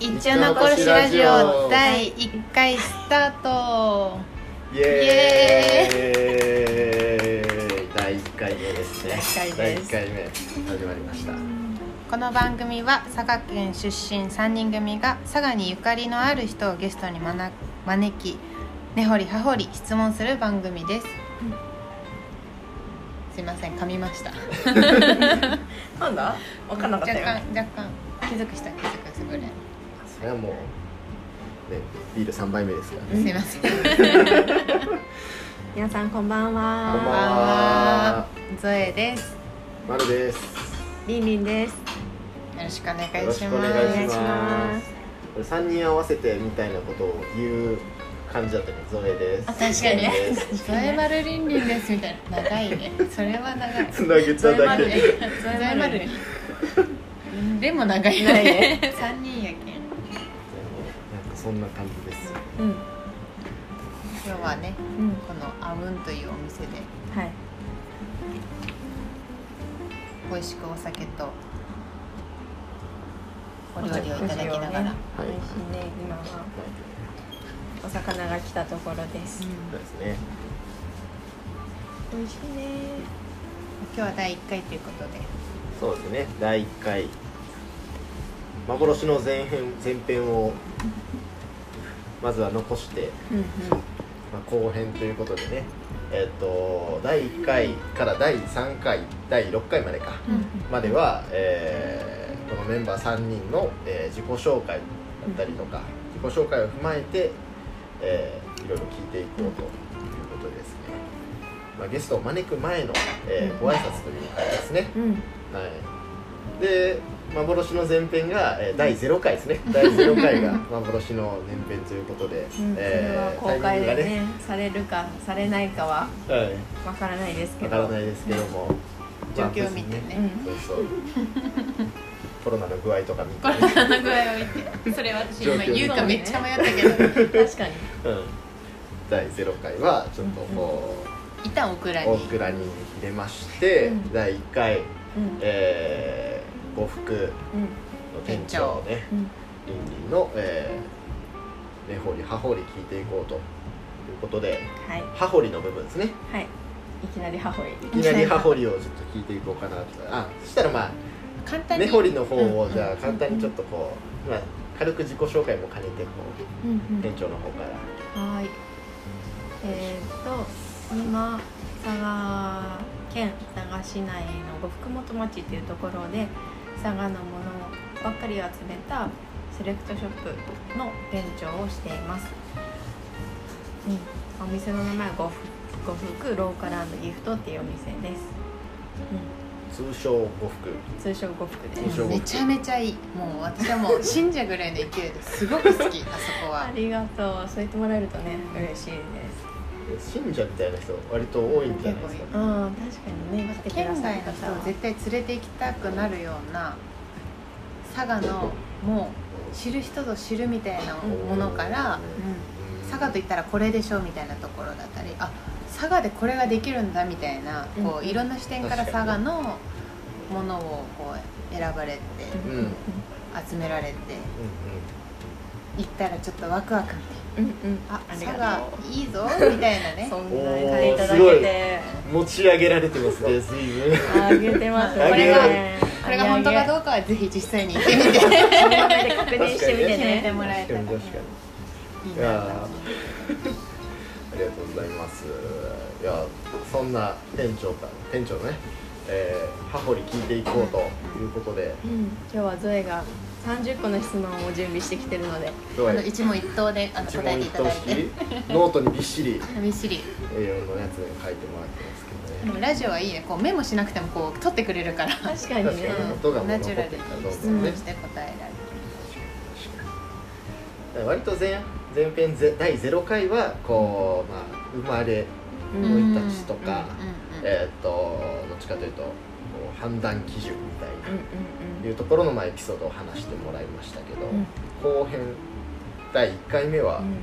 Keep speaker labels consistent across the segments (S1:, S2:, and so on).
S1: 一丁残しラジオ第1回スタート
S2: イエーイ第1回目ですね
S1: 第一回です
S2: 第一回目始まりました
S1: この番組は佐賀県出身3人組が佐賀にゆかりのある人をゲストにまな招き根掘り葉掘り質問する番組です、すいません噛みました
S3: なんだ分かんなか
S1: 若
S3: ったよ
S1: 干若干気づくした気づくすぐれ
S2: それはもうねビール3杯目ですからね
S1: すいませんこん
S3: 皆さんこんばんは
S2: こんばん
S1: ばんはゾエです
S2: まるです
S3: りんりんです
S1: よろしくお願
S2: よ
S1: い
S2: ろし
S1: し
S2: くお
S1: ま
S2: 願
S1: す
S2: いしま
S3: お願いします
S2: これ3人合わせてみたいなことを言う感じだったねゾエです
S3: あ確かに
S2: ゾエです
S1: ゾ エマルリンリンですみたいな長いねそれは長い
S2: つなげただけ
S3: ゾエマル
S2: で
S3: ゾ
S1: ゾエマ ルリンでも長い
S3: 長い
S1: ね
S3: ね
S1: 3人やけ
S2: なん
S1: ん
S2: かそんな感じです
S3: うん
S1: 今日はね
S3: うん
S1: このアウンというお店で
S3: はい
S1: 美味しくお酒とお料理をいただきながら、
S3: 美味しいね今はお魚が来たところです
S2: そうですね
S3: 美味しいね
S1: 今日は第1回ということで
S2: そうですね第1回幻の前編前編をまずは残して、
S3: うんうん
S2: まあ、後編ということでねえっ、と第1回から第3回第6回までかまでは、えーこのメンバー3人の、えー自己紹介だったりとか自己紹介を踏まえて、えーいろいろ聞いていこうということですね、まあ、ゲストを招く前の、えーご挨拶という回ですね、
S3: うん
S2: はい、で幻の前編が、えー第0回です ね第0回が幻の前編ということで、
S3: うん、それは
S2: えー
S3: 公開でね,、
S2: タイミン
S3: されるかされないかは
S2: グがね、はい
S3: わからないですけ
S2: わ
S3: ど
S2: からないですけども
S1: 状
S2: まあ
S1: 況を見て
S2: 無
S1: ね
S2: 事にそうそうコロナの具合とか見て、
S1: こ れの具合を見てそれ私今言うかめっちゃ迷ったけど
S3: 確かに
S2: うん、第0回はちょっとこ
S1: 一旦オクラ
S2: う
S1: に
S2: 大倉に入れまして、
S3: うん
S2: 第1回、
S3: うん
S2: えー、呉服の
S3: うん
S2: 店長をね
S3: うん
S2: りんりんの、えー、根掘り葉掘り聞いていこうということで
S3: はい
S2: 葉掘りの部分ですね
S3: はいいきなり母へい
S2: いきなり葉掘りをちょっと聞いていこうかなとあそしたらま
S1: 簡単
S2: あ
S1: に
S2: 根掘りの方をじゃ
S1: う
S2: あ
S1: ん
S2: 簡単にちょっとこう、まあ、軽く自己紹介も兼ねてこ
S3: うんうん
S2: う店長の方から
S3: はい。えー、っと今佐賀県佐賀市内の呉服元町っていうところで佐賀のものばっかりを集めたセレクトショップの店長をしています。うん、お店の名前は呉服呉服ローカルギフトっていうお店です。
S2: 通称呉服
S3: うん、通称呉服で
S2: 通
S3: す。
S2: 称
S1: めちゃめちゃいいもう私はもう信者ぐらいの勢いですごく好きあそこ
S3: あ
S1: は
S3: りがとう。そう言ってもらえるとね嬉しいです。
S2: 信者みたいな人割と多いんじゃないですか
S1: 結
S3: うん、確かにね。来てくだ
S1: 県
S3: さ
S1: 外
S3: る
S1: の
S3: 方
S1: 人を
S3: は
S1: 絶対連れて行きたくなるような佐賀のもう知る人ぞ知るみたいなものから
S3: う
S1: 佐賀といったらこれでしょみたいなところだったりあ佐賀でこれができるんだみたいなこ
S3: う
S1: うんいろんな視点から
S2: 確か
S1: 佐
S2: に
S1: 賀のものをこう選ばれて
S3: ん
S2: うん
S1: 集められて
S2: う
S1: 行ったらちょっとワクワクみ
S3: うんうん、
S1: たいなあ
S3: あり
S1: 佐
S3: がとう
S1: 賀いいぞみたいなね
S3: そん
S2: な
S3: な
S2: に買
S3: 買い
S2: い
S3: い
S2: い
S3: た
S2: ただ
S3: だけ
S2: け
S3: て
S2: てん持ち上げられてますね随分
S3: あげてます
S2: あげ
S3: ね
S1: これが本当か
S3: う
S1: どうかはぜひ実際に行ってみて
S3: かで確認してみて
S1: 決めて
S3: ね
S1: もらえ
S2: 確
S1: た
S2: からに確
S1: ね
S2: かに
S1: いい
S2: い
S1: な
S2: やー
S1: と思って。
S2: ありがとうございますいやそんな店長か店長のね、えー、羽堀聞いていこうということで
S3: うん今日はゾエが30個の質問を準備してきてるので
S2: 今日
S1: あ
S2: は
S1: の一問一答であの
S2: 一
S1: 答え
S2: 問
S1: て
S2: 一
S1: いた
S2: 答
S1: だいて
S2: 式ノートにびっしり
S1: みっしり
S2: A4 のやつに書いてもらってますけ
S1: で
S2: どね
S1: もラジオはいいねこうメモしなくてもこう取ってくれるから
S3: 確かに
S2: 確
S3: ね
S2: かに音がもう
S1: ナ
S2: 残
S1: チ
S2: っ
S1: ュラ
S2: てる
S1: ルに
S2: からどう
S1: 質
S2: ぞね
S1: 問して答えられる
S2: 割と前前編ぜ第0回はこう、まあ、生まれ
S3: う
S2: うんん生い立ちとか
S1: うんうんうん
S2: えーっとどっちかというとこう判断基準みたいな、
S3: う
S2: いうところのまあエピソードを話してもらいましたけど、
S3: ん
S2: 後編第1回目は、
S3: うん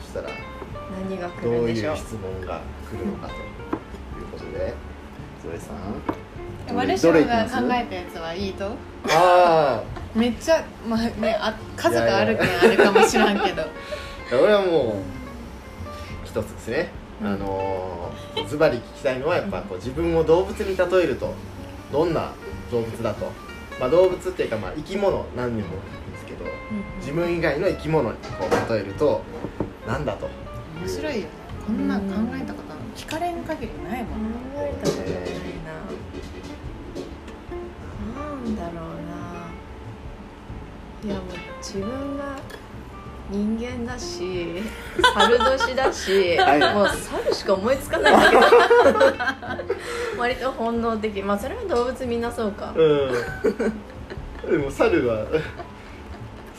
S2: そしたら
S3: 何が来
S2: どう
S3: るん
S2: い
S3: でしょ
S2: う
S3: う
S2: 質問が来るのかということでゾエさん
S1: ワルシ
S2: どれ
S1: ャ
S2: いきま
S1: ワ
S2: す
S1: が考えたやつはいいと
S2: ああ
S1: めっちゃまあねあ数があるけんあれかもしらんけど
S2: 俺はもう一つですね、あのーズバリ聞きたいのはやっぱこう自分を動物に例えるとどんな動物だと、まあ、動物っていうかまあ生き物何にもいいんですけど自分以外の生き物にこう例えるとなんだと、
S1: 面白いよねこんなん考えたことない聞かれん限りないもんね
S3: 考えたことないななんだろうないやもう自分が人間だし 猿年だし
S2: はい
S3: もう猿しか思いつかないんだけど割と本能的まあそれは動物みんなそうか
S2: うん、でも猿は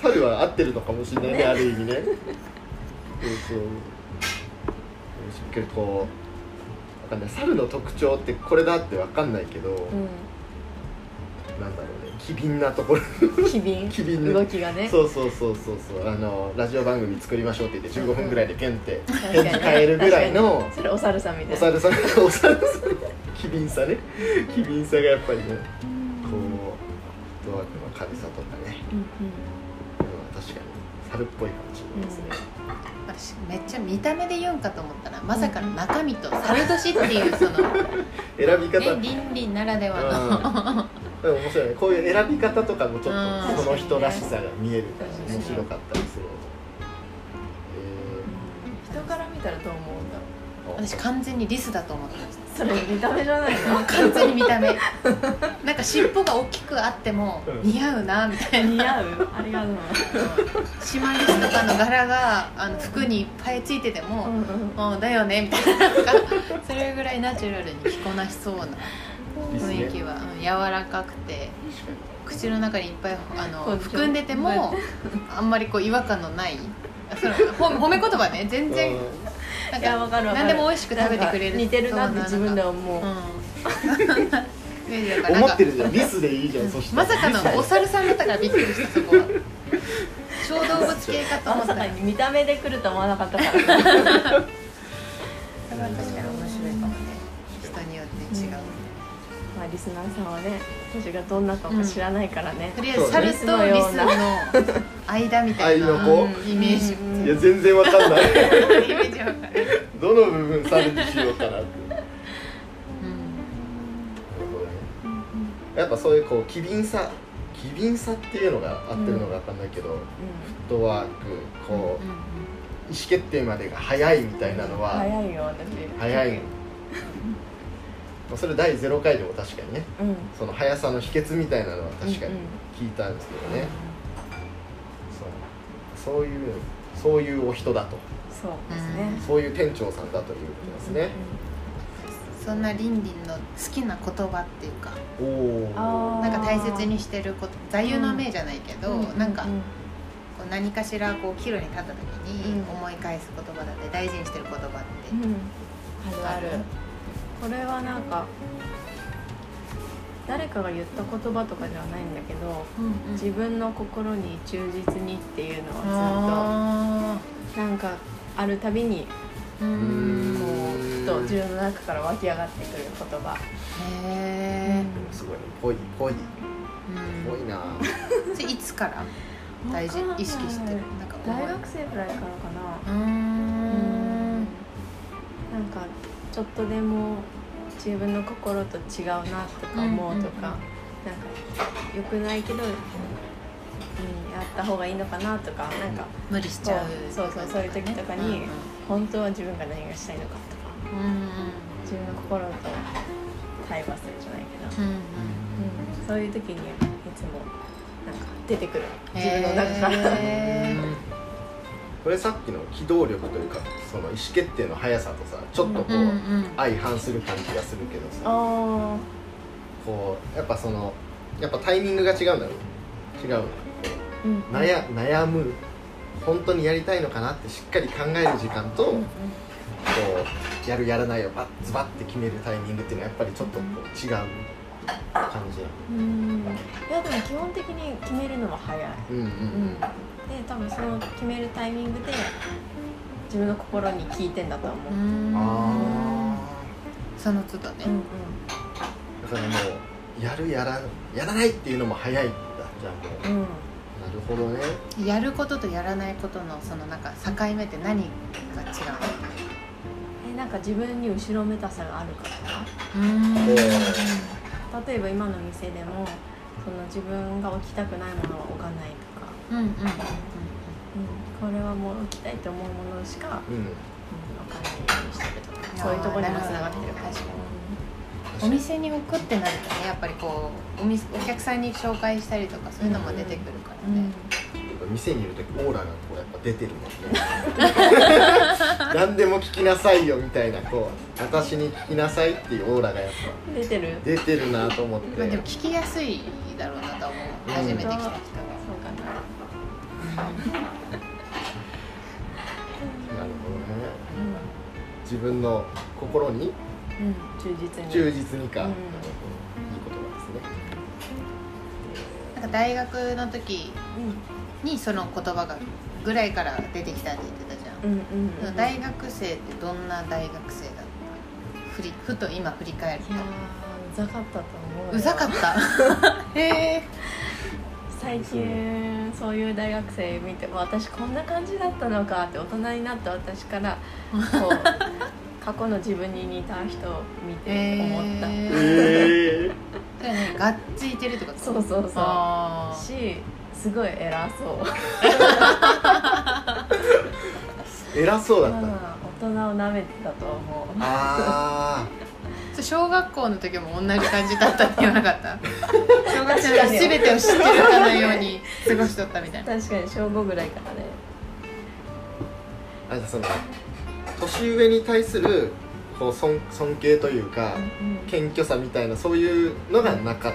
S2: 猿は合ってるのかもしれないねある意味ねそうそうしっかりこうわかんない猿の特徴ってこれだってわかんないけど、
S3: う
S2: なんだろうね機敏なところ
S3: ん機敏
S2: 機敏ね
S3: 動きがね
S2: そうそうそうそうそうあのラジオ番組作りましょうって言って15分ぐらいでペンって
S3: 確か
S2: 返
S3: に
S2: 事変えるぐらいの
S3: それお猿さんみたい
S2: お猿
S3: な
S2: さんお猿さん機敏さね機敏さがやっぱりねこうフットワークの軽さとかね、
S3: うんう
S2: う
S3: ん
S2: ん、確かに猿っぽいかもしれないですね、
S1: 私めっちゃ見た目で言うんかと思ったらまさかの中身と猿年っていうその
S2: 選び方、
S1: ね倫理ならではの
S2: うん、面白いねこういう選び方とかもちょっ
S1: うん
S2: とその人らしさが見えるから
S3: 確かに
S2: 面白かったりする、
S3: 人から見たらどう思うんだろ
S2: えー
S1: 私完全にリスだと思ってまし
S3: うそれ見た目じゃない
S1: たもう完全に見た目なんか尻尾が大きくあっても
S2: うん
S1: 似合うなみたいな
S3: の似合うありがとう
S1: シマリスとかの柄があの服にいっぱいついてても、
S3: うんうん
S1: うんだよねみたいななんかそれぐらいナチュラルに着こなしそうな
S2: リスね
S1: 雰囲気は、うん、柔らかくて
S2: 確かに
S1: 口の中にいっぱいあ
S3: こ
S1: の
S3: う
S1: 含んでても
S3: は
S1: あんまりこう違和感のないそのほ褒め言葉ね全然
S2: うん
S1: なん
S3: いやわかるわかる
S1: 何でも美味しく食べてくれる
S3: なんか似てるなって自分では
S1: は
S3: 思う
S1: うん イメージだから
S2: 思
S1: なん
S2: って
S1: か
S2: るじゃんリスで いいじゃんそして
S1: まさかのお猿さんだったからびっくりしたそこは小動物系かと思
S3: ま
S1: った
S3: さ
S1: ら
S3: かに見た目で来ると思わなかったからね
S1: それは確かに面白いかもね人によって違う、
S3: まあリスナーさんはね私がどんなかも知らないからね、
S1: とりあえず猿と
S3: そうね
S1: リスの間みたいな
S2: 間の子
S1: うんイメージ、
S3: うん
S2: いや全然わかんない
S1: イメージわかる、
S2: どの部分猿にしようかなってなるほどねやっぱそういうこう機敏さ機敏さっていうのが合ってるのかわかんないけど、フットワークこう、意思決定までが早いみたいなのは
S3: 早いよ私
S2: 早いまあそれ第0回でも確かにね
S3: うん
S2: その速さの秘訣みたいなのは確かに聞いたんですけどね、そうそういうそういうお人だと
S3: そうですね、
S2: そういう店長さんだということですね、
S1: そんなりんりんの好きな言葉っていうか
S2: おお
S3: あー
S1: なんか大切にしてること座右の銘じゃないけど、なんか
S3: う
S1: こ
S3: ん
S1: う何かしらこう岐路に立った時に
S3: うん
S1: 思い返す言葉だって大事にしてる言葉って、
S3: うんあるあるこれはなんか誰かが言った言葉とかではないんだけど自分の心に忠実にっていうの
S1: あ
S3: はずっとなんかあるたびに
S1: ーう
S3: こ
S1: ん
S3: うふと自分の中から湧き上がってくる言葉
S1: へえ、
S2: すごいぽいぽいぽ
S1: う
S2: いな、
S1: ん、それいつから大事
S3: わかんない
S1: 意識してるなんか思い
S3: 大学生くらいからかな
S1: うーん
S3: なんかちょっとでも自分の心と違うなとか思うとか、なんか良くないけど、うん、やった方がいいのかなとかなんか
S1: 無理しちゃう
S3: そうそうそうそういう時とかに本当は自分が何がしたいのかとか
S1: うんうん
S3: 自分の心と対話するじゃないけど、
S1: うんうん
S3: うん、そういう時にいつもなんか出てくる自分の中から。
S1: へー
S2: これさっきの機動力というかその意思決定の速さとさちょっとこう、
S1: うんうん
S2: 相反する感じがするけどさ
S3: あー
S2: こうやっぱそのやっぱタイミングが違うんだろう違う
S3: うん
S2: な悩悩む本当にやりたいのかなってしっかり考える時間と、
S3: う
S2: こ
S3: んうん
S2: うやるやらないをバッズバッて決めるタイミングっていうのはやっぱりちょっとこう違う感じな
S3: うんいやでも基本的に決めるのは早い
S2: うんうん
S3: うん、で多分その決めるタイミングで自分の心に聞いてんだと思う、
S1: う
S3: うん
S1: ん
S2: あ
S1: その都度ね
S3: うん
S2: あだからもうやるやらやらないっていうのも早いんだじゃあもう
S3: うん
S2: なるほどね
S1: やることとやらないことのそのなんか境目って何が違
S3: えなんか自分に後ろめたさがあるから
S1: うのうーん
S2: おー
S3: 例えば今の店でもその自分が置きたくないものは置かないとか、
S1: うんうんうんうん
S3: これはもう置きたいと思うものしか、
S2: うん
S3: うん置かないようにしてるとかそういうところにもつながってるから
S1: あーなる
S2: 確か
S1: ほど確かにお
S2: に
S1: 店に置くってなるとねやっぱりこうお店お客さんに紹介したりとかそういうのも出てくるから
S3: うん
S1: ね、
S2: 店にいる時オーラがこうやっぱ出てるもんね何でも聞きなさいよみたいなこう私に聞きなさいっていうオーラがやっ
S3: 出てる
S2: ぱ出てるなと思って
S1: まあ、でも聞きやすいだろうなとは思う初めて来た人が、
S3: そうかな
S2: なるほどね自分の心に
S3: うん、うん、忠実に
S2: 忠実にか、
S3: うん
S2: いい言葉
S1: なんか大学の時にその言葉がぐらいから出てきたって言ってたじゃん
S3: うんうんうんうん
S1: 大学生ってどんな大学生だったふりふと今振り返る
S3: いやーうざかったと思う
S1: うざかった へえ
S3: 最近そういう大学生見ても私こんな感じだったのかって大人になった私からこう過去の自分に似た人を見て思っ
S2: です
S3: た、
S2: ねえ
S1: それねがっついてるってこと
S3: そうそうそう
S1: あー
S3: しすごい偉そう
S2: ー、偉そうだ
S3: ま
S2: った、
S3: あ大人をなめてたと思う
S2: あ
S1: それ小学校の時も同じ感じだったって言わなかった小学生
S3: 確か
S1: の時
S3: に
S1: 全てを知ってるかのように過ごしとったみたいな
S3: 確かに小5ぐらいから
S2: ーあ
S3: ね
S2: じゃあその年上に対するこう尊尊敬というか、謙虚さみたいなそういうのがなかっ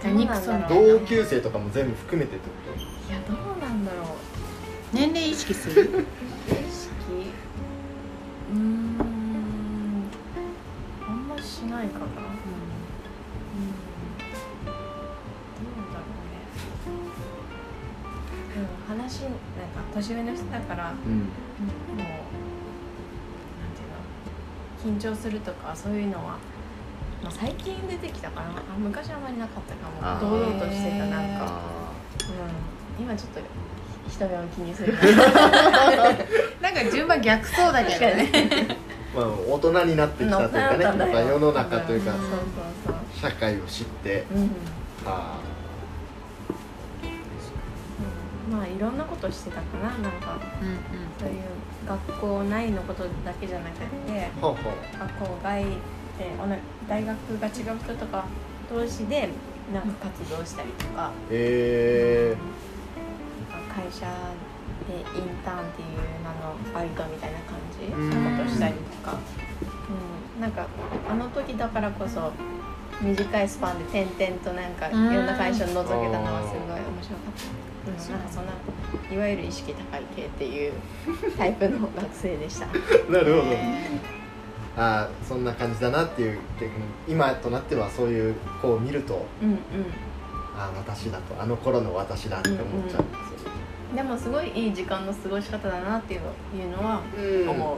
S2: た
S1: じゃあニクソン
S3: どうなんだろう
S2: 同級生とかも全部含めてってこと
S3: いやどうなんだろう
S1: 年齢意識する
S3: 意識うーんあんましないかなうんどうだろうねでも話なんか年上の人だからも
S2: うん
S3: うなんていうの緊張するとかそういうのは、まあ、最近出てきたからあ昔はあまりなかった
S2: あ
S3: か
S2: ー
S3: も堂々としてたなんか、
S2: あ
S3: うん、今ちょっと人目を気に するから
S1: なんか順番逆そうだけどね
S2: ーまあ大人になってきたというかねやっぱ世の中というか
S3: そうそう
S2: 社会を知って
S3: そう、うん
S2: あ
S3: まあいろんなことしてたかななんか
S1: うん
S3: そういう学校内のことだけじゃなくて
S2: あほうほう
S3: 学校外でおな大学が違う人とか同士でなんか活動したりとか
S2: え
S3: なんか会社でインターンっていう名のバイトみたいな感じ
S2: うん
S3: そういうことしたりとか、うん、なんかあの時だからこそ短いスパンで転々となんかい
S1: うん
S3: ろんな会社を覗けたのはすごい面白かった、うん、なんかそんないわゆる意識高い系っていうタイプの学生 でした。
S2: ー、な
S1: う
S2: る
S1: ん
S2: ほど
S1: へ
S2: あーそんな感じだなっていう逆に今となってはそういう子を見ると
S3: うんうん
S2: ああ私だとあの頃の私だって思っちゃうんですよね
S3: でもすごいいい時間の過ごし方だなっていうのは
S2: うん
S3: 思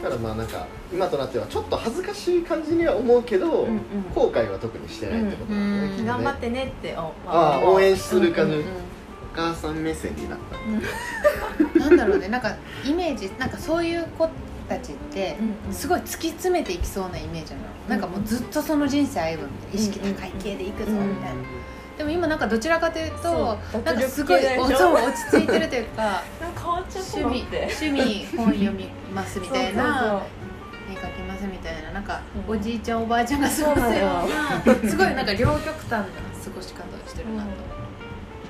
S3: う、
S2: だからまあなんか今となってはちょっと恥ずかしい感じには思うけど、
S3: うんうん
S2: 後悔は特にしてないってことだね、
S1: うん
S2: きとね
S3: 頑張ってねってお
S2: ああ応援する感じ
S3: うんうんうん
S2: お母さん目線になった
S1: なんだろうねなんかイメージなんかそういう子たちって
S3: うんうん
S1: すごい突き詰めていきそうなイメージなのなんかもうずっとその人生歩むみたいな意識高い系でいくぞみたいなでも今なんかどちらかというと
S3: そう
S1: なんかすごい
S3: 脱力系でしょ
S1: そう落ち着いてるというか
S3: なんか変わっちゃった
S1: 趣味趣味本読みますみたいな絵描きますみたいななんか
S3: うん
S1: おじいちゃんおばあちゃんが過ごすよ
S3: そう
S1: うなすごいなんか両極端な過ごし方をしてるなと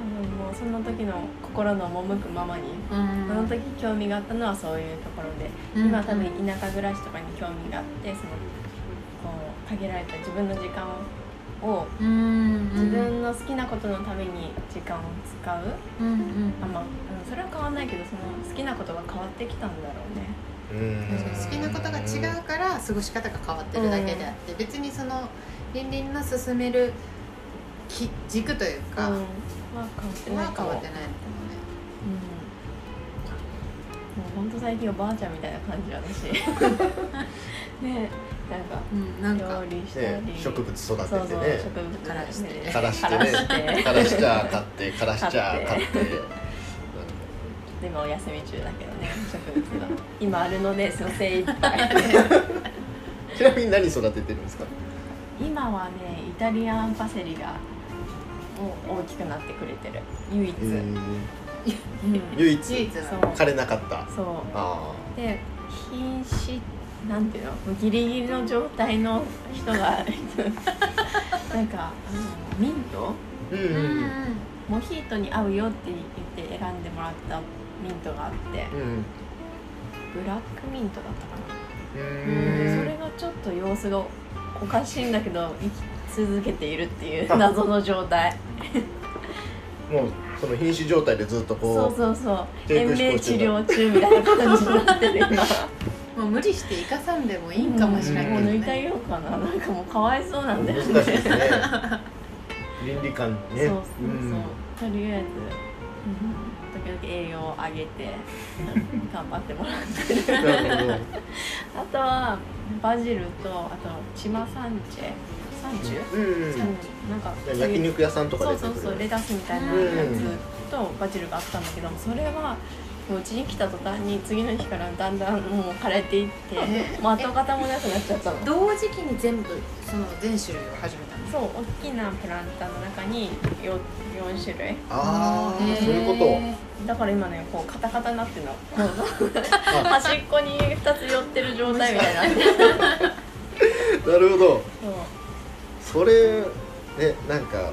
S3: 多分もうその時の心の赴くままに、
S1: うん
S3: その時興味があったのはそういうところで、
S1: うん
S3: 今多分田舎暮らしとかに興味があってそのこう限られた自分の時間を
S1: うん
S3: 自分の好きなことのために時間を使う、
S1: うんうん
S3: あまあ、うんそれは変わんないけどその好きなことが変わってきたんだろうね
S1: 確かに好きなことが違うから過ごし方が変わってるだけであって、別にその倫理の進めるき軸というか、
S3: うん
S1: は
S3: まあ変わって
S1: 変
S3: ない
S1: わっ
S3: か
S1: てない
S3: も
S1: の
S3: う
S1: かも
S3: んもうほんと最近おばあちゃんみたいな感じ私ねなんか
S1: うん、なんか
S3: 料理した
S2: ね
S3: り、
S2: 植物育
S3: そう
S2: て
S3: そ
S2: て
S3: う
S2: ね
S3: 植物からして
S2: 枯らしてね枯らしちゃ買って枯らしちゃ買
S3: 買
S2: っ
S3: ってでもお休み中だけどね植物が今あるので蘇生いっぱい
S2: うんちなみに何育ててるんですか
S3: 今はねイタリアンパセリがもう大きくなってくれてる唯一、うん
S2: 唯
S1: 唯
S2: 一
S1: 一な
S3: そ
S1: の
S3: う
S2: 枯れなかった
S3: そ
S2: あ
S3: うで瀕死なんていうのもうギリギリの状態の人がなんかあのミント
S2: ーうん
S1: うん
S3: モヒートに合うよって言って選んでもらったミントがあって
S2: うん
S3: ブラックミントだっ
S2: う
S3: たかな、
S2: ん
S3: それがちょっと様子がおかしいんだけど生き続けているって いう謎の状態
S2: もうその瀕死状態でずっと
S3: そ
S2: こ
S3: うそうそう
S2: テイ
S3: 延
S2: ク飛
S3: 命
S2: 行
S3: 治
S2: 中
S3: 療中みたいな感じになってる今
S1: もう無理して生かさんで もいいんかもしれないけ
S3: も
S1: ど
S3: う
S1: ね
S3: 抜いてあげようかななんかもうかわいそうなんだよ
S2: 難しい
S3: ね
S2: ですね倫理観ね
S3: そうそうそう、
S2: ん
S3: とりあえず、時々栄養を上げて 頑張ってもらってる
S2: なるほど
S3: あとはバジルとあとチマサンチェサンチュ、
S2: うん
S3: サンチュなんかそういう
S2: 焼肉屋さんとか
S3: そ
S2: 出
S3: う
S2: てく
S3: そ
S2: る
S3: うそうレタスみたいなやつとバジルがあったんだけどそれはもううちに来た途端に次の日からだんだんもう枯れていって
S1: ね
S3: もう跡形もなくなっちゃったの
S1: 同時期に全部その全種類を始めたの
S3: そう大きなプランターの中に 4, 4種類
S2: ああ
S1: へー
S2: そういうこと
S3: だから今ねこうカタカタになってるのこう
S2: あ
S3: 端っこに2つ寄ってる状態みたいなそう
S2: なるほどそれねなんか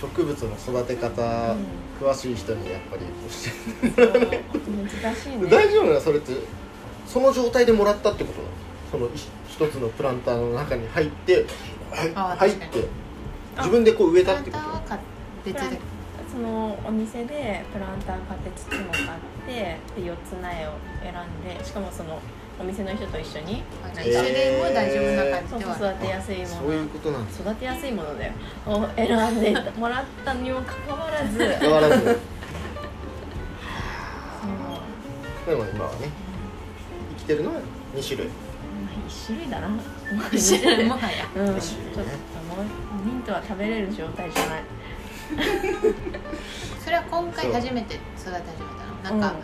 S2: 植物の育て方、
S3: うん
S2: 詳しい人にやっぱり教
S3: そう 難しい
S2: えて
S3: ね
S2: 大丈夫なのそれってその状態でもらったってことなのその一一つのプランターの中に入ってはい
S1: あー
S2: 入っ
S1: 確かに
S2: て自分でこう植え
S1: プ
S2: た
S1: ラ
S2: っ
S1: ン
S2: て
S1: タ
S2: こ
S1: ーは
S2: と
S1: 買っ別で
S3: そのお店でプランター買って土も買ってで4つ苗を選んでしかもそのお店の人と一緒に
S1: あじゃあ一種類も大丈夫な感じ
S3: そう
S1: で
S3: そう
S1: は
S3: 育てやすいも
S2: そういう
S3: の
S2: ことなんです
S3: 育てやすいものだよを選んでもらったにもかか わらずそ
S2: だからず
S3: の
S2: でも今はね生きてるのは2種類
S3: 一種類だな
S1: 一種類も はや
S3: うん、
S2: 一
S3: ち
S2: 種類ね
S3: ょっともうミントは食べれる状態じゃない
S1: それは今回初めて育て始めたのなんか、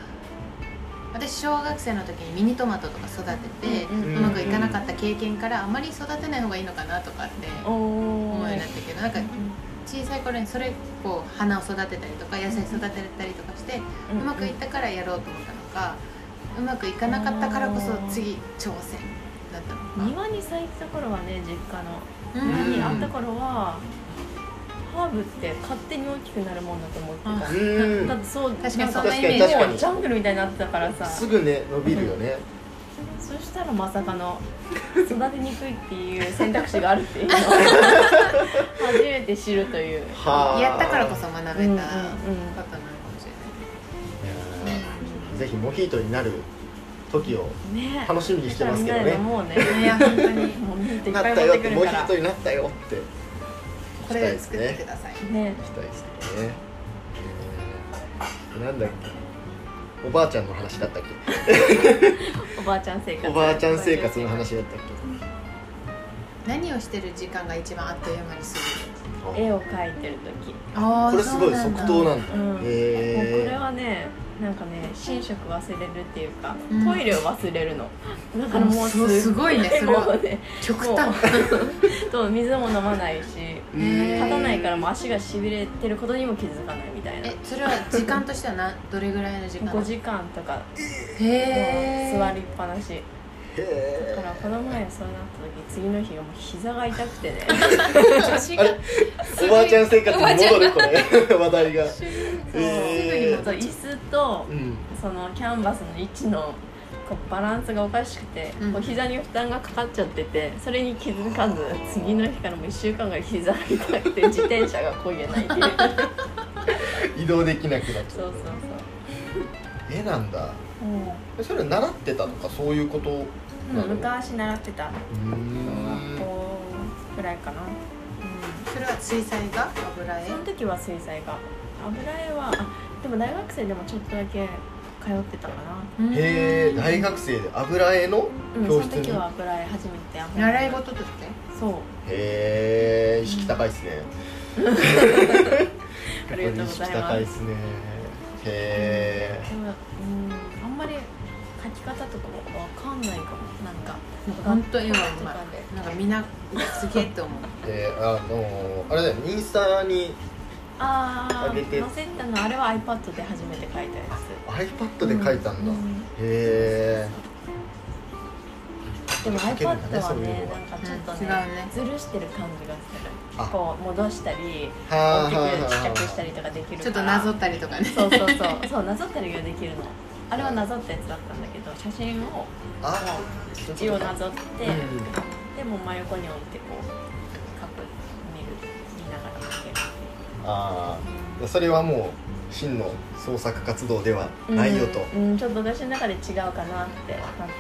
S1: 私小学生の時にミニトマトとか育てて、
S3: うん
S1: う
S3: うん
S1: まくいかなかった経験からあまり育てない方がいいのかなとかって
S3: うん、お
S1: 思うように
S3: ー
S1: なったけどなんか小さい頃にそれこう花を育てたりとか野菜育てたりとかして、うまくいったからやろうと思ったのかうまくいかなかったからこそ次挑戦だったのか、
S3: 庭に咲いてた頃はね実家の
S1: うん
S3: 庭にあった頃はハーブって勝手に大きくなるもんだと思ってた、
S2: う
S3: だっ
S2: ーん
S3: てそう
S1: 確かに
S3: ん
S1: そんなイメージ
S2: 確か
S3: も
S2: に
S3: うジャングルみたいになってたからさ
S2: すぐね伸びるよね
S3: そしたらまさかの育てにくいっていう選択肢があるっていうの を初めて知るという
S2: はあ
S1: やったからこそ学べたこと
S3: うんうんうん
S1: なのかもしれない。
S2: いやーぜひモヒートになる時を
S3: ね
S2: 楽しみにしてますけど
S3: だ
S2: ね
S3: からみんなでもうね
S1: いや本当に
S3: もうミントいっ
S2: なっ
S3: ぱい
S2: た
S3: 持っ
S2: よ
S3: て
S2: っ
S3: く
S2: て
S3: る
S2: モヒ
S3: か
S2: ー
S3: ら
S2: トになったよって
S1: これで作ってください。
S3: ね
S2: 行きたいですねえーなんだっけおばあちゃんの話だったっ
S3: おばあちゃん生
S2: け
S3: 活
S2: おばあちゃん生活の話だったっけ
S1: 何をしてる時間が一番あっという間に過ぎる。
S3: 絵を描いてる時
S1: あ
S2: あこれすごい
S1: そう
S2: 即
S1: なんだ
S2: 答なんだ
S3: うんもうこれ
S2: へ
S3: はねなんかね寝食忘れるっていうか、
S1: うん
S3: トイレを忘れるのだからもう
S1: そうすごいねそれは
S3: もうね
S1: 極
S3: も
S1: 端。
S3: うそう水も飲まないし
S2: えー
S3: 立たないからもう足がしびれてることにも気づかないみたい な
S1: えそれは時間としてはなどれぐらいの時間？
S3: 5時間とか
S1: へー
S3: もう座りっぱなしだ
S2: え
S3: からこの前そうなった時次の日がもう膝が痛くて ね
S1: 腰が
S2: あれおばあちゃん生活に戻るこれ話題が
S3: そう
S2: えー
S3: そう椅子と
S2: うん
S3: そのキャンバスの位置のこうバランスがおかしくて、
S1: うん
S3: こう膝に負担がかかっちゃっててそれに気づかず次の日からもう1週間ぐらい膝が痛くて自転車がこげないって いう
S2: 移動できなくなっち
S3: そ
S2: ゃ
S3: うそうう
S2: 絵なんだ
S3: そう、
S2: それ習ってたとかそういうことう
S3: うんうん、昔習ってた
S2: ーん
S3: 学校ぐらいかな、
S1: それは水彩画油絵
S3: その時は水彩画油絵はあでも大学生でもちょっとだけ通ってたかな、
S2: へえ大学生で油絵の
S3: うん、そ
S2: 教
S3: の
S2: 室に
S3: 時は油絵初めて油絵
S4: 習い事として
S3: そう
S2: へえ意識高いですねやっぱり
S3: ありがとうござい
S2: 意識高い
S3: ま
S2: ですすねへ
S3: でもうんあんまり書き方とかもわかんないかもなんか
S4: 本当絵はうま
S3: とかで
S4: いなんかみんなすげえって思う
S2: えであのあれだよインスタに
S3: ああ
S2: 上げ
S3: 載
S2: て
S3: せたのあれは iPad で初めて書いたや
S2: iPad で書いた
S3: つ、
S2: んだ、
S3: うん
S2: へえ
S3: でも iPad はねなんかちょっと
S4: うん違う
S3: ね,、
S4: ね
S3: ずるしてる感じがす
S2: あ
S3: るこう戻したり
S2: は
S3: 大きくちっちゃくしたりとかできるから
S4: ちょっとなぞったりとかね
S3: そうそうそう そうなぞったりができるのあれはなぞったやつだったんだけど写真をも
S2: あ
S3: う字をなぞって、
S2: うん
S3: でも真横に置いてこう書く見る見ながら書ける
S2: あーそれはもう真の創作活動ではないよと、
S3: うん、うんちょっと私の中で違うかなってなっ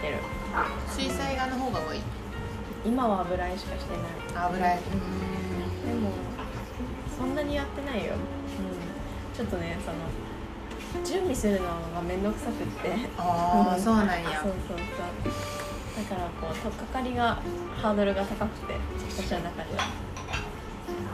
S3: てる
S4: 水彩画の方が多い
S3: 今は油絵しかしてない
S4: 油絵
S3: でもそんなにやってないよ、うん、ちょっとねその準備するのが面倒くさくって
S4: ああそうなんや
S3: そうそうそうだからこう取っかかりがハードルが高くて私の中では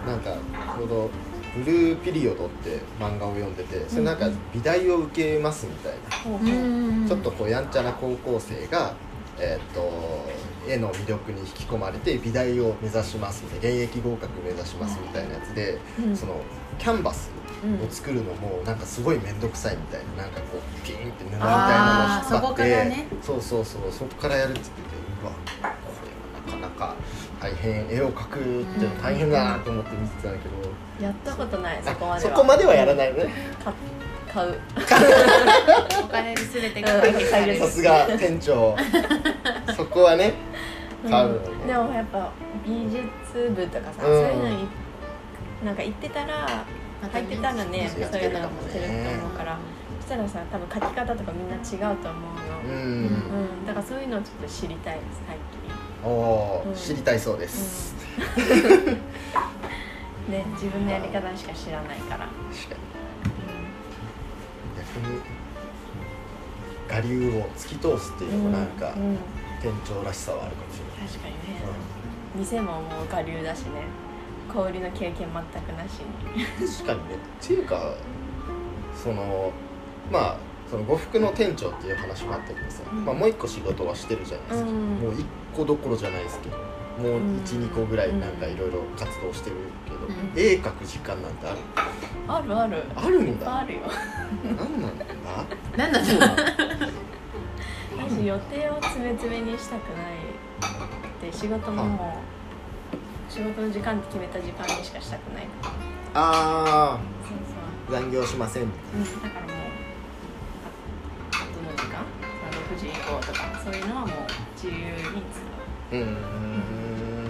S2: なんかちょうど「ブルーピリオド」って漫画を読んでてそれなんか美大を受けますみたいな、
S3: ほう
S4: う
S3: ほう、
S4: ん
S2: ちょっとこうやんちゃな高校生が、えー、と絵の魅力に引き込まれて美大を目指しますみたいな現役合格目指しますみたいなやつで、
S3: うん
S2: そのキャンバス
S3: うん
S2: を作るのもなんかすごい面倒くさいみたいななんかこうピーンって布みたいな
S4: あー
S2: のを引っ張
S4: そ
S2: っ
S4: こ
S2: て
S4: からね
S2: そうそうそうそこからやるって言っててうわこれはなかなか大変絵を描くっての大変だなと思って見てたんだけど、
S3: やったことないそこ
S2: あ
S3: まで
S2: そ
S3: は
S2: こまではやらないね
S3: か買う
S4: お金で全てが解決される
S2: さすが店長そこはね買うの
S3: うん
S2: ね
S3: でもやっぱ美術部とか
S2: うん
S3: さ、そういうのになんか行ってたら
S4: また
S3: 入ってたらね
S2: やっ
S3: そう
S2: てる
S3: いう
S2: か
S3: のが
S2: もね
S3: 出ると思うからそしたらさ多分書き方とかみんな違うと思
S2: う
S3: うの、
S2: ん
S3: うんだからそういうのをちょっと知りたいです最
S2: おおー、
S3: うん
S2: 知りたいそうです、
S3: 近ね自分のやり方しか知らないから、
S2: 確かに逆に我流を突き通すっていうのもなんか、
S3: うんうん
S2: 店長らしさはあるかもしれない、
S3: 確かにね、店ももう我流だしね小売りの経験全くなしに
S2: うん確かにねっていうかそのまあその呉服の店長っていう話もあったけどさ、
S3: うん
S2: まあ、もう一個仕事はしてるじゃないですか、
S3: うん
S2: もう一個どころじゃないですけどもう12、
S3: うん
S2: 個ぐらいなんかいろいろ活動してるけど、
S4: ん
S2: 絵描く時間なんてある
S3: あるある
S2: ある
S3: いっ
S2: ん
S3: ぱいあ
S2: だ
S3: るよ
S2: 何なんだ
S4: 何なんだ
S3: 私予定を詰め詰めにしたくないで仕事ももう仕事の時間って決めた時間にしかしたくないから
S2: あ
S3: そうそ
S2: ー残業しません
S3: う、うん、だからもうああとの時間その6時以降とかそういうのはもう自由に使
S2: うーん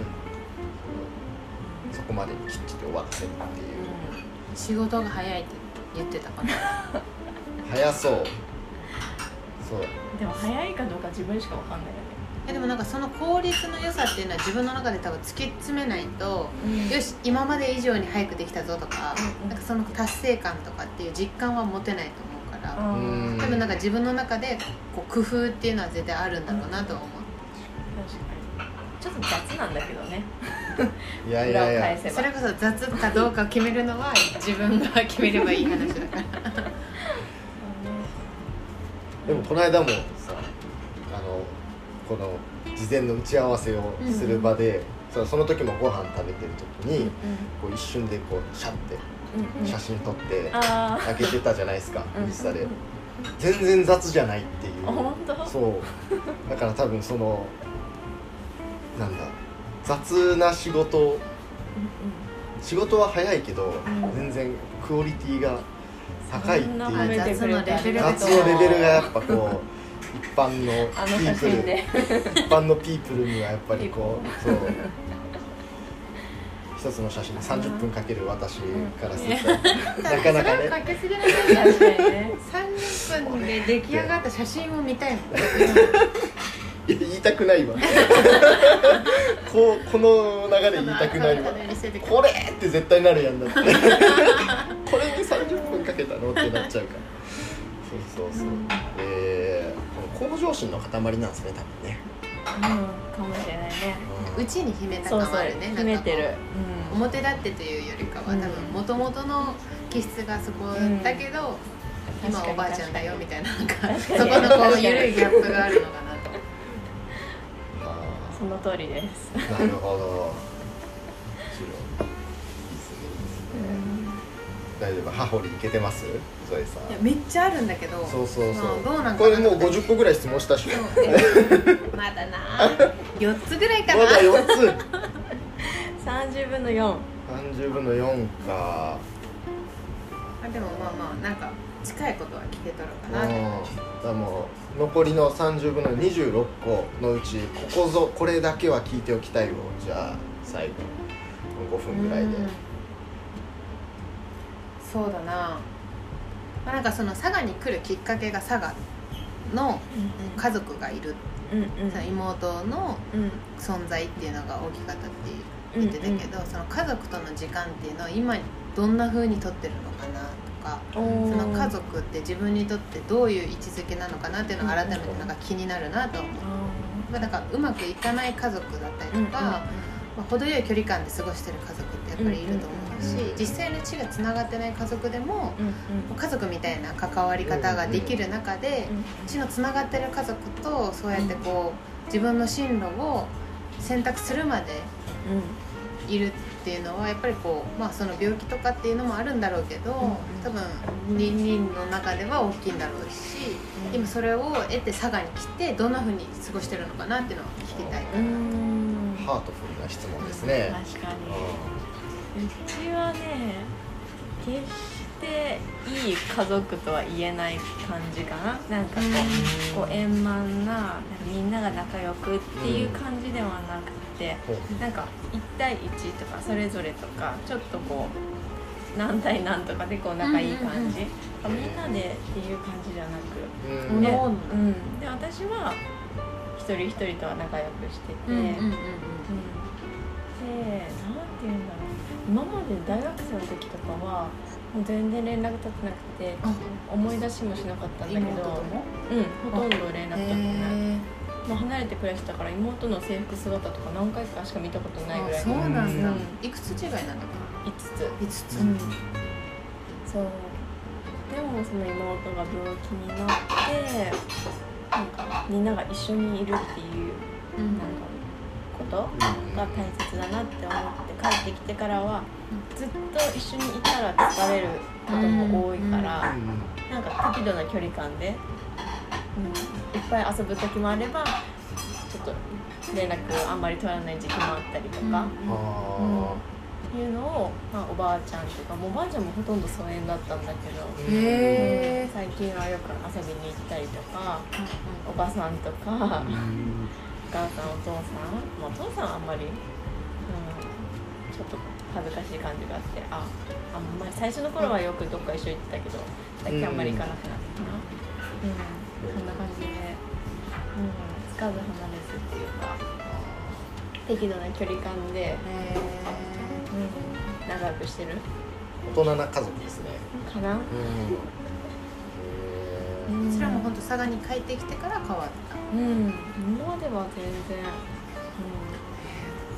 S2: そこまできっちり終わらせるって
S3: う、
S2: いう
S3: う、
S4: 仕事が早いって言ってたかな
S2: 早そうそうん
S3: でも早いかどうか自分しかわかんないよね
S4: えでもなんかその効率の良さっていうのは自分の中で多分突き詰めないと、よし今まで以上に早くできたぞとか,、
S3: うんうん
S4: なんかその達成感とかっていう実感は持てないと思うから、
S3: あー
S2: うん
S4: 多分なんか自分の中でこう工夫っていうのは絶対あるんだろうなとは思
S3: 確かにちょっと雑なんだけどね
S2: いやい
S3: 裏を
S2: やいや
S3: 返
S4: う、
S3: せば
S4: それこそ雑かどうかを決めるのは自分が決めればいい話だから
S2: でもこの間もさあのこの事前の打ち合わせをする場で、そうその時もご飯食べてる時に、こう一瞬でこうシャッて
S3: うんうん
S2: 写真撮って
S3: あ
S2: 開けてたじゃないですか
S3: あ
S2: インスタで全然雑じゃないっていう
S3: あ本当
S2: そうだから多分そのなんだ雑な仕事仕事は早いけど、
S3: ん
S2: 全然クオリティが高いってい
S3: そんな褒め
S2: う
S3: てく
S4: 雑のレベ
S3: れた
S4: ルが
S2: 雑のレベルがやっぱこう一般の
S3: あの
S2: ピ
S3: 写
S2: ープ
S3: 真で
S2: ル一般のピープルにはやっぱりこうそう一つの写真30分かける私からすると、なかなか
S4: それはか
S2: ね
S4: けすぎない
S3: 確かにね
S4: 30分で出来上がった写真を見たいもん
S2: いや言いたくないわこうこの流れ言いたくないわこれって絶対なるやんだってこれに30分かけたのってなっちゃうからそうそうでこの向上心の塊なんですね多分ね
S3: うんかもしれないね
S2: うん
S1: 内に秘めた
S3: そう
S1: 感
S3: そう
S1: はあるね
S3: 決めて
S1: なん
S3: る
S1: かこう表立ってというよりかは多分
S3: うん
S1: もともとの気質がそこだけど、
S3: うん
S1: 今
S3: 確かに
S1: おばあちゃんだよみたいななんか
S3: 確
S1: そこ
S3: かに
S1: のこ
S3: 確か
S1: う
S3: に
S1: 緩いギャップがあるのかなと
S2: あ
S3: その通りです
S2: ーなるほど面白いいいっすねいいっすね大丈夫歯掘りいけてますゾエさん
S1: いやめっちゃあるんだけど
S2: そうそうそう
S1: まあどうなんかな
S2: これもう50個ぐらい質問したし
S1: でも
S2: ま
S1: まだな4つぐらいかな
S2: だ4つ
S3: 三十分の四
S2: 30分の4か
S1: あでもまあまあなんか近いことは聞けとるか
S2: うんだ
S1: なって
S2: からもう残りの30分の26個のうちここぞこれだけは聞いておきたいをじゃあ最後の5分ぐらいで
S1: うんそうだな、まあ、なんかその佐賀に来るきっかけが佐賀の家族がいる、
S3: うんうん
S1: その妹の
S3: うん
S1: 存在っていうのが大きかったって言ってたけど、その家族との時間っていうのを今どんな風にとってるのかなとか
S3: お
S1: そ
S3: ー
S1: の家族って自分にとってどういう位置づけなのかなっていうのが改めてなんか気になるなと思う、
S3: あ
S1: まあ、だからうまくいかない家族だったりとか、
S3: ーうんうん
S1: まあ、程よい距離感で過ごしてる家族ってやっぱりいると思うし、
S2: うんうんうん
S1: 実際の血がつながってない家族でも
S3: うんうん
S1: 家族みたいな関わり方ができる中で、
S3: うん
S1: 血のつながってる家族とそうやってこう自分の進路を選択するまで
S3: うん
S1: いるっていうのはやっぱりこう、まあ、その病気とかっていうのもあるんだろうけど、
S3: ん
S1: 多分人人の中では大きいんだろうし
S3: うん
S1: 今それを得て佐賀に来てどんな風に過ごしてるのかなっていうのを聞きたいか
S3: う
S1: な。
S3: ん
S2: ハートフルな質問ですね
S3: 確か
S2: う
S3: に
S2: ん
S3: うちはね決していい家族とは言えない感じかななんかこう,、こう円満ななんかみんなが仲良くっていう感じではなくて、
S2: ほう
S3: なんか1対1とかそれぞれとかちょっとこう何対何とかでこう仲いい感じ、
S2: うんうん
S3: みんなでっていう感じじゃなく
S2: うん
S1: ね
S3: で,、
S1: おのおの
S3: うん、で私は一人一人とは仲良くしてて。
S1: うんうんうんうん
S3: うんでなんて言うんだろう今まで大学生の時とかはもう全然連絡取ってなくて
S1: あ
S3: 思い出しもしなかったんだけどうんほとんど連絡取ってない
S1: へ
S3: もう離れて暮らしてたから妹の制服姿とか何回かしか見たことないぐ
S1: ー
S3: ら
S1: あ
S3: い
S1: そう
S3: 5
S1: なんだ、
S3: うん
S1: いくつ違いなんだっ
S3: つ
S1: け5つ、
S3: うんそうでもその妹が病気になってなんかみんなが一緒にいるって
S1: うん
S3: いうなんかことが大切だなって思って帰ってきてからはずっと一緒にいたら疲れることも多いから、
S2: うんうん
S3: なんか適度な距離感で、うん、いっぱい遊ぶ時もあればちょっと連絡あんまり取らない時期もあったりと
S2: あ
S3: か、いうのを、まあ、おばあちゃんとかもうおばあちゃんもほとんど疎遠だったんだけど、
S2: ー
S1: へえ
S3: 最近はよく遊びに行ったりとかおばさんとか、お母さん
S2: うん
S3: お父さん、まあ、お父さんはあんまり、うん、ちょっと恥ずかしい感じがあってああんまり最初の頃はよくどっか一緒行ってたけど最近あんまり行かなくなったかな、うんそんな感じで、うん、つかず離れずっていうか適度な距離感で、うん、仲良くしてる
S2: 大人な家族ですね
S3: かな
S2: うんへー
S1: こちらも本当佐賀に帰ってきてから変わった
S3: うん今までは全然、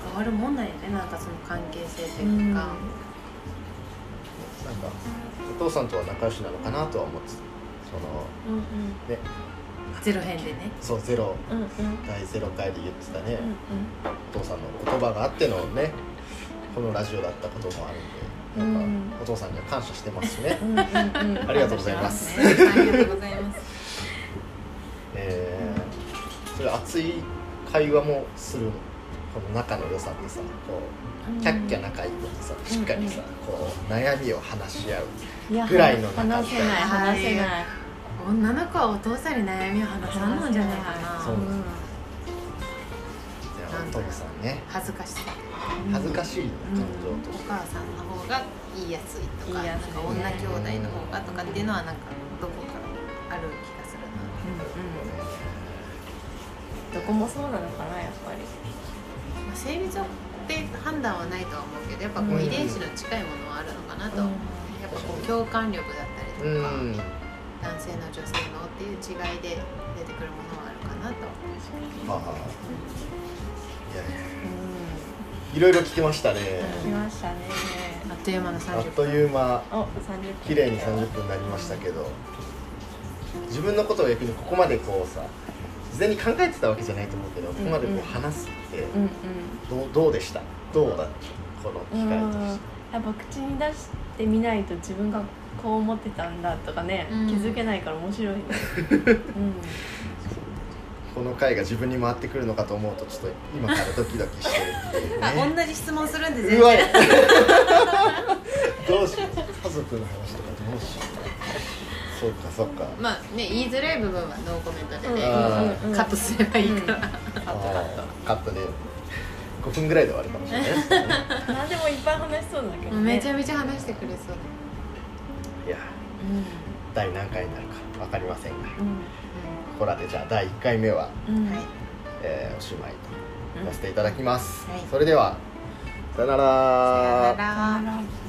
S1: 変わるもんなんやねなんかその関係性と
S3: う
S1: い
S3: ん、
S1: うか、
S2: なんかお父さんとは仲良しなのかなとは思ってたその
S3: うんうん
S1: ゼロ編でね
S2: そうゼロ
S3: うんうん
S2: 第ゼロ回で言ってたね、
S3: うん
S2: お父さんの言葉があってのねこのラジオだったこともあるんでなんかお父さんには感謝してますしね、
S3: うんうんうんうん
S2: ありがとうございます
S1: ねありがとうございます
S2: えーそれ熱い会話もするこの仲の良さってさこうキャッキャ仲いいのにさしっかりさこう悩みを話し合う
S3: や
S2: ぐらいの仲
S3: 話せない話せない
S1: 女の子はお父さんに悩みを話さんのじゃないかな、
S2: そううんじゃあお父さんね
S1: 恥ずかしい
S2: 恥ずかしいよ
S3: うん
S2: 感情と
S1: お
S2: して
S1: 母さんの方が言いやすいとか
S3: 言いやすい
S1: なんか女兄弟の方がとかっていうのはなんかどこかある気がするな
S3: うんうんどこもそうなのかなやっぱり
S1: まあ性別って判断はないとは思うけどやっぱこ
S3: う
S1: うん遺伝子の近いものはあるのかなと、
S3: うん
S1: やっぱこう共感力だったりと
S2: うん
S1: か、男性の女性のっていう違いで出てくるものはあるかなと
S2: まあいやいやいろいろ聞きましたね
S3: 来ましたね
S1: あっという間の
S2: あっ
S1: 30
S2: と
S1: 分
S2: いう間
S3: お三十
S2: 綺麗に30分になりましたけど自分のことを逆にここまでこうさ事前に考えてたわけじゃないと思うけどここまでこ
S3: うん
S2: う
S3: うん
S2: 話すって
S3: うんう
S2: ど
S3: ん
S2: うどうでしたどうだこの機会として
S3: やっぱ口に出してみないと自分がこう思ってたんだとかね、
S1: うん
S3: 気づけないから面 白いね、
S2: この回が自分に回ってくるのかと思うとちょっと今からドキドキしてるっていう
S1: あ
S2: ね
S1: 同じ質問するんで全
S2: うわ
S1: 然
S2: どうしよう家族の話とかどうしようそうかそうか
S1: まあね言いづらい部分はノーコメントで
S3: うん
S1: ね、
S2: あ
S3: うんうん
S1: カットすればいいから、
S2: あーカットで5分ぐらいで終わるかもしれないですね
S3: まあでもいっぱい話しそうだけどね
S1: めちゃ
S3: ゃ
S1: めちゃ話してくれそう
S2: いや第何回になるか分かりませんが
S3: うん
S2: ここらでじゃあ第1回目は、
S3: うん、
S1: はい
S2: えーおしまいと
S3: うん
S2: させていただきます、
S1: はい
S2: それではさよなら
S1: さよなら
S3: あら